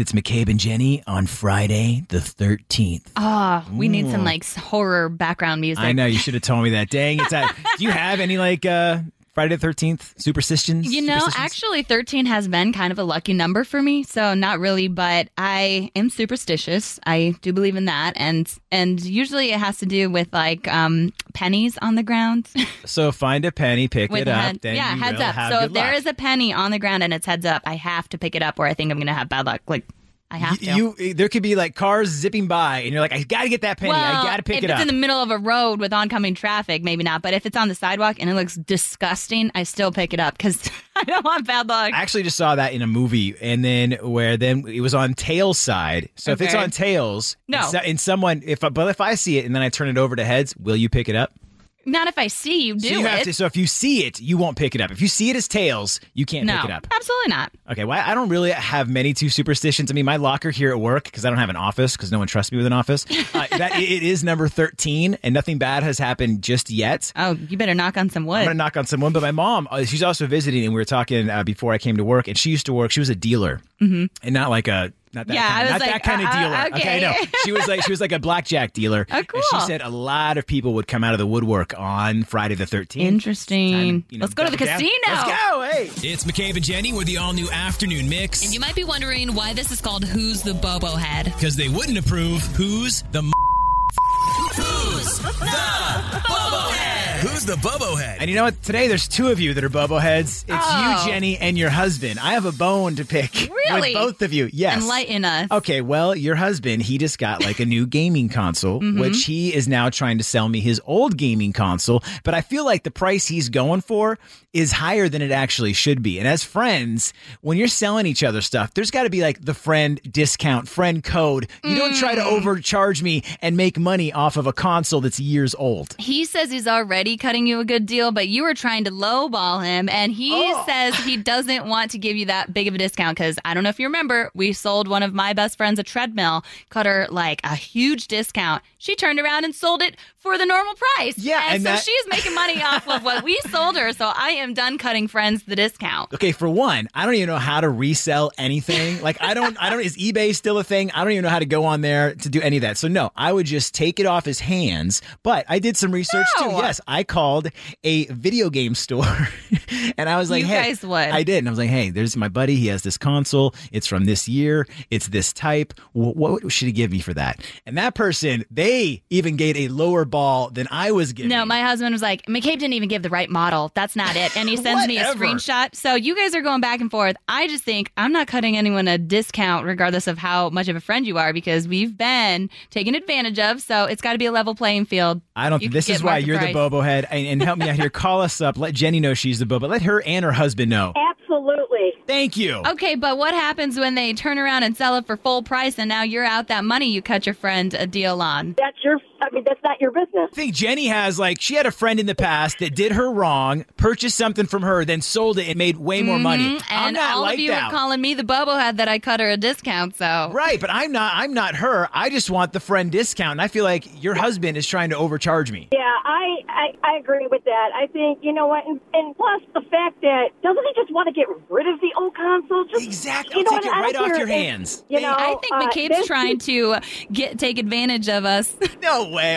It's McCabe and Jenny on Friday, the 13th. Ah, we need some like horror background music. I know you should have told me that. Dang, it's at, do you have any like uh Friday the 13th superstitions? You know, Superstitions? actually, 13 has been kind of a lucky number for me. So, not really, but I am superstitious. I do believe in that. And and usually it has to do with like um, pennies on the ground. So find a penny, pick with it the up, head- then yeah, you heads will up. have So good if there luck. is a penny on the ground and it's heads up, I have to pick it up or I think I'm going to have bad luck. Like, I have to. You, you- there could be like cars zipping by, and you're like, I gotta get that penny. I Well, gotta pick if it it's up. in the middle of a road with oncoming traffic, maybe not. But if it's on the sidewalk and it looks disgusting, I still pick it up because I don't want bad luck. I actually just saw that in a movie, and then where then it was on tails side. So if it's Okay. on tails, No. and, so- and someone if I, but if I see it and then I turn it over to heads, will you pick it up? not if I see you do so you it. have to. So if you see it, you won't pick it up. If you see it as tails, you can't no, pick it up. absolutely not. Okay, well, I don't really have many two superstitions. I mean, my locker here at work, because I don't have an office, because no one trusts me with an office, uh, that, it is number 13, and nothing bad has happened just yet. Oh, you better knock on some I'm wood. going to knock on someone, but my mom, uh, she's also visiting, and we were talking uh, before I came to work, and she used to work, she was a dealer, mm-hmm. and not like a. Not that Yeah, kind of, I was not that like, kind of uh, dealer. okay. no. She was like she was like a blackjack dealer. Oh, And she cool. said a lot of people would come out of the woodwork on Friday the 13th. Interesting. Time, you know, Let's go to the double down. casino. Let's go. Hey. It's McCabe and Jenny with the all new afternoon mix. You might be wondering why this is called Who's the Bobo Head? because they wouldn't approve who's the m- Who's the Bobo Head? and you know what today there's two of you that are bubbleheads it's Oh. you jenny and your husband i have a bone to pick Really? with both of you yes Enlighten us. okay well your husband he just got like a new gaming console which he is now trying to sell me his old gaming console but i feel like the price he's going for is higher than it actually should be and as friends when you're selling each other stuff there's got to be like the friend discount friend code you don't try to overcharge me and make money off of a console that's years old He says he's already cutting you a good deal, but you were trying to lowball him. And he Oh. says he doesn't want to give you that big of a discount because I don't know if you remember, we sold one of my best friends a treadmill, cut her like a huge discount. She turned around and sold it for the normal price. Yeah, And, and so that- she's making money off of what we sold her. So I am done cutting friends the discount. Okay, for one, I don't even know how to resell anything. Like I don't I don't is eBay still a thing? I don't even know how to go on there to do any of that. So no, I would just take it off his hands. But I did some research too. No. Yes, I called a video game store and I was like, You "Hey, guys would. I did." And I was like, "Hey, there's my buddy. He has this console. It's from this year. It's this type. Wh- What should he give me for that?" And that person, they even gave a lower ball than I was giving. No, my husband was like, McCabe didn't even give the right model. That's not it. And he sends me a Whatever. screenshot. So you guys are going back and forth. I just think I'm not cutting anyone a discount, regardless of how much of a friend you are, because we've been taken advantage of. So it's got to be a level playing field. I don't. You think could This get is why market you're price. the Bobo head. And, and help me out here. Call us up. Let Jenny know she's the Bobo. Let her and her husband know. Absolutely. Thank you. Okay, but what happens when they turn around and sell it for full price and now you're out that money you cut your friend a deal on? That's your, I mean, that's not your business. I think Jenny has like she had a friend in the past that did her wrong, purchased something from her, then sold it and made way more money. I'm Mm-hmm. And not all like of you that. are calling me the bobo head that I cut her a discount, so right, but I'm not. I'm not her. I just want the friend discount, and I feel like your husband is trying to overcharge me. Yeah, I, I, I agree with that. I think, you know what, and, and plus the fact that doesn't he just want to get rid of the old console? Just, Exactly. You I'll know take what, it I right don't off care your if- hands. You know, I think uh, McCabe's this- trying to get take advantage of us. No way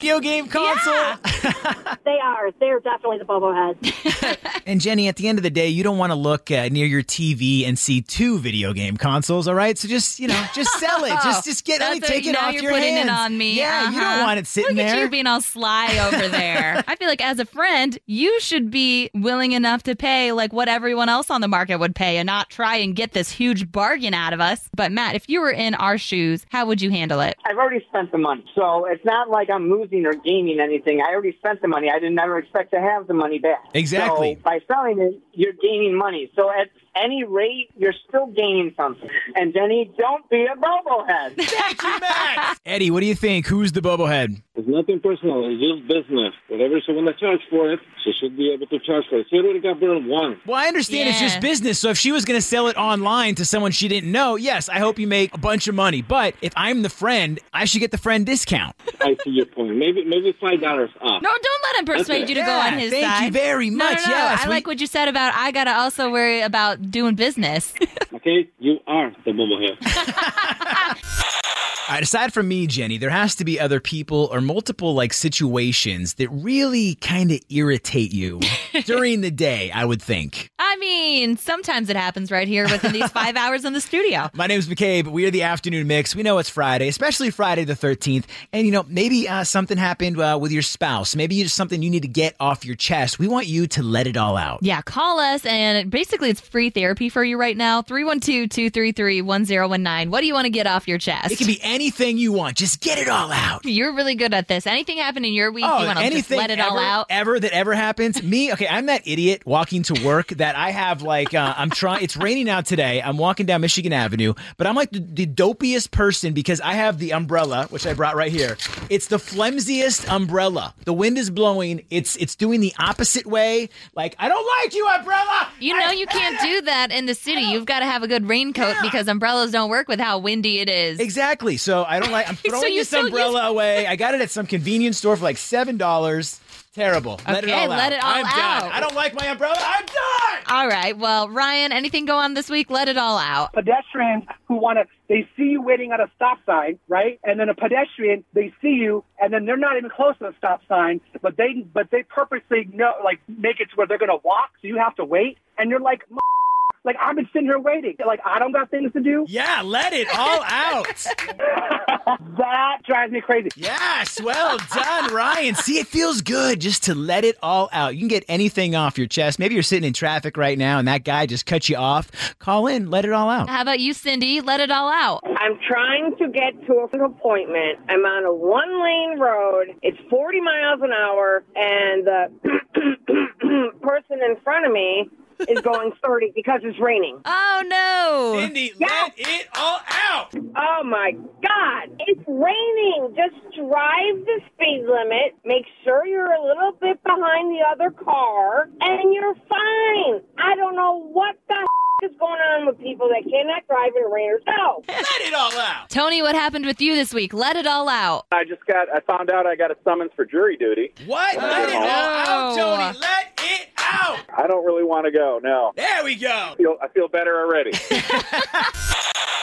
Video game console. They are. They're definitely the Bobo heads. And Jenny, at the end of the day, you don't want to look uh, near your TV and see two video game consoles, all right? So just you know, just sell it. just just get That's it, take what- it now off you're your putting hands. it on me. Yeah, you don't Uh-huh. want it sitting Look at there. you being all sly over there. I feel like as a friend, you should be willing enough to pay like what everyone else on the market would pay and not try and get this huge bargain out of us. But Matt, if you were in our shoes, how would you handle it? I've already spent the money. So it's not like I'm losing or gaining anything. I already spent the money. I didn't ever expect to have the money back. Exactly. So by selling it, you're gaining money. So at any rate, you're still gaining something. And Jenny, don't be a bobblehead. Thank you, Max. Eddie, what do you think? Who's the bobblehead? It's nothing personal. It's just business. Whatever she want to charge for it, she should be able to charge for it. She already got burned once. Well, I understand it's just Yeah. business. So if she was going to sell it online to someone she didn't know, yes, I hope you make a bunch of money. But if I'm the friend, I should get the friend discount. I see your point. Maybe maybe five dollars off. No, don't let him persuade Okay. you to go Yeah, on his thank side. you very No, much. No, no, Yes, I we- like what you said about I gotta also worry about doing business. Okay, you are the bobblehead. All right, aside from me, Jenny, there has to be other people or multiple like situations that really kind of irritate you during the day, I would think. I mean, sometimes it happens right here within these five hours in the studio. My name's McCabe. We are the afternoon mix. We know it's Friday, especially Friday the 13th. And, you know, maybe uh, something happened uh, with your spouse. Maybe it's something you need to get off your chest. We want you to let it all out. Yeah, call us. And basically, it's free therapy for you right now 312 233 1019. What do you want to get off your chest? It can be anything you want. Just get it all out. You're really good at this. Anything happen in your week, Oh, you want to just anything let it ever, all out? ever that ever happens. Me, okay, I'm that idiot walking to work that I have like uh, I'm trying. It's raining out today. I'm walking down Michigan Avenue, but I'm like the, the dopiest person because I have the umbrella which I brought right here. It's the flimsiest umbrella. The wind is blowing. It's it's doing the opposite way. Like I don't like you, umbrella. You know, you can't do that in the city. You've got to have a good raincoat because umbrellas don't work with how windy it is. Exactly. So I don't like. I'm throwing you this still umbrella away. I got it at some convenience store for like seven dollars. Terrible. let it Okay, all out. let it all I'm out. done. I don't like my umbrella. I'm done. All right. Well, Ryan, anything go on this week? Let it all out. pedestrians who want to, they see you waiting at a stop sign, right? And then a pedestrian, they see you, and then they're not even close to the stop sign, but they, but they purposely know, like, make it to where they're going to walk, so you have to wait, and you're like, "M- like I've been sitting here waiting, like I don't got things to do. Yeah, let it all out. That drives me crazy. Yes, well done, Ryan. See, it feels good just to let it all out. You can get anything off your chest. Maybe you're sitting in traffic right now and that guy just cut you off. Call in, let it all out. How about you, Cindy? Let it all out. I'm trying to get to an appointment. I'm on a one lane road. It's 40 miles an hour, and the person in front of me is going 30 because it's raining. Oh, no. Cindy, let it all out. Oh my God. It's raining. Just drive the speed limit. Make sure you're a little bit behind the other car, and you're fine. I don't know what the is going on with people that cannot drive in rain or snow. Let it all out. Tony, what happened with you this week? Let it all out. I just got, I found out I got a summons for jury duty. What? Let it all out, Oh. Tony. Let it out. I don't really want to go, no. There we go. I feel, I feel better already.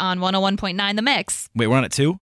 on 101.9 The Mix. Wait, we're on it too?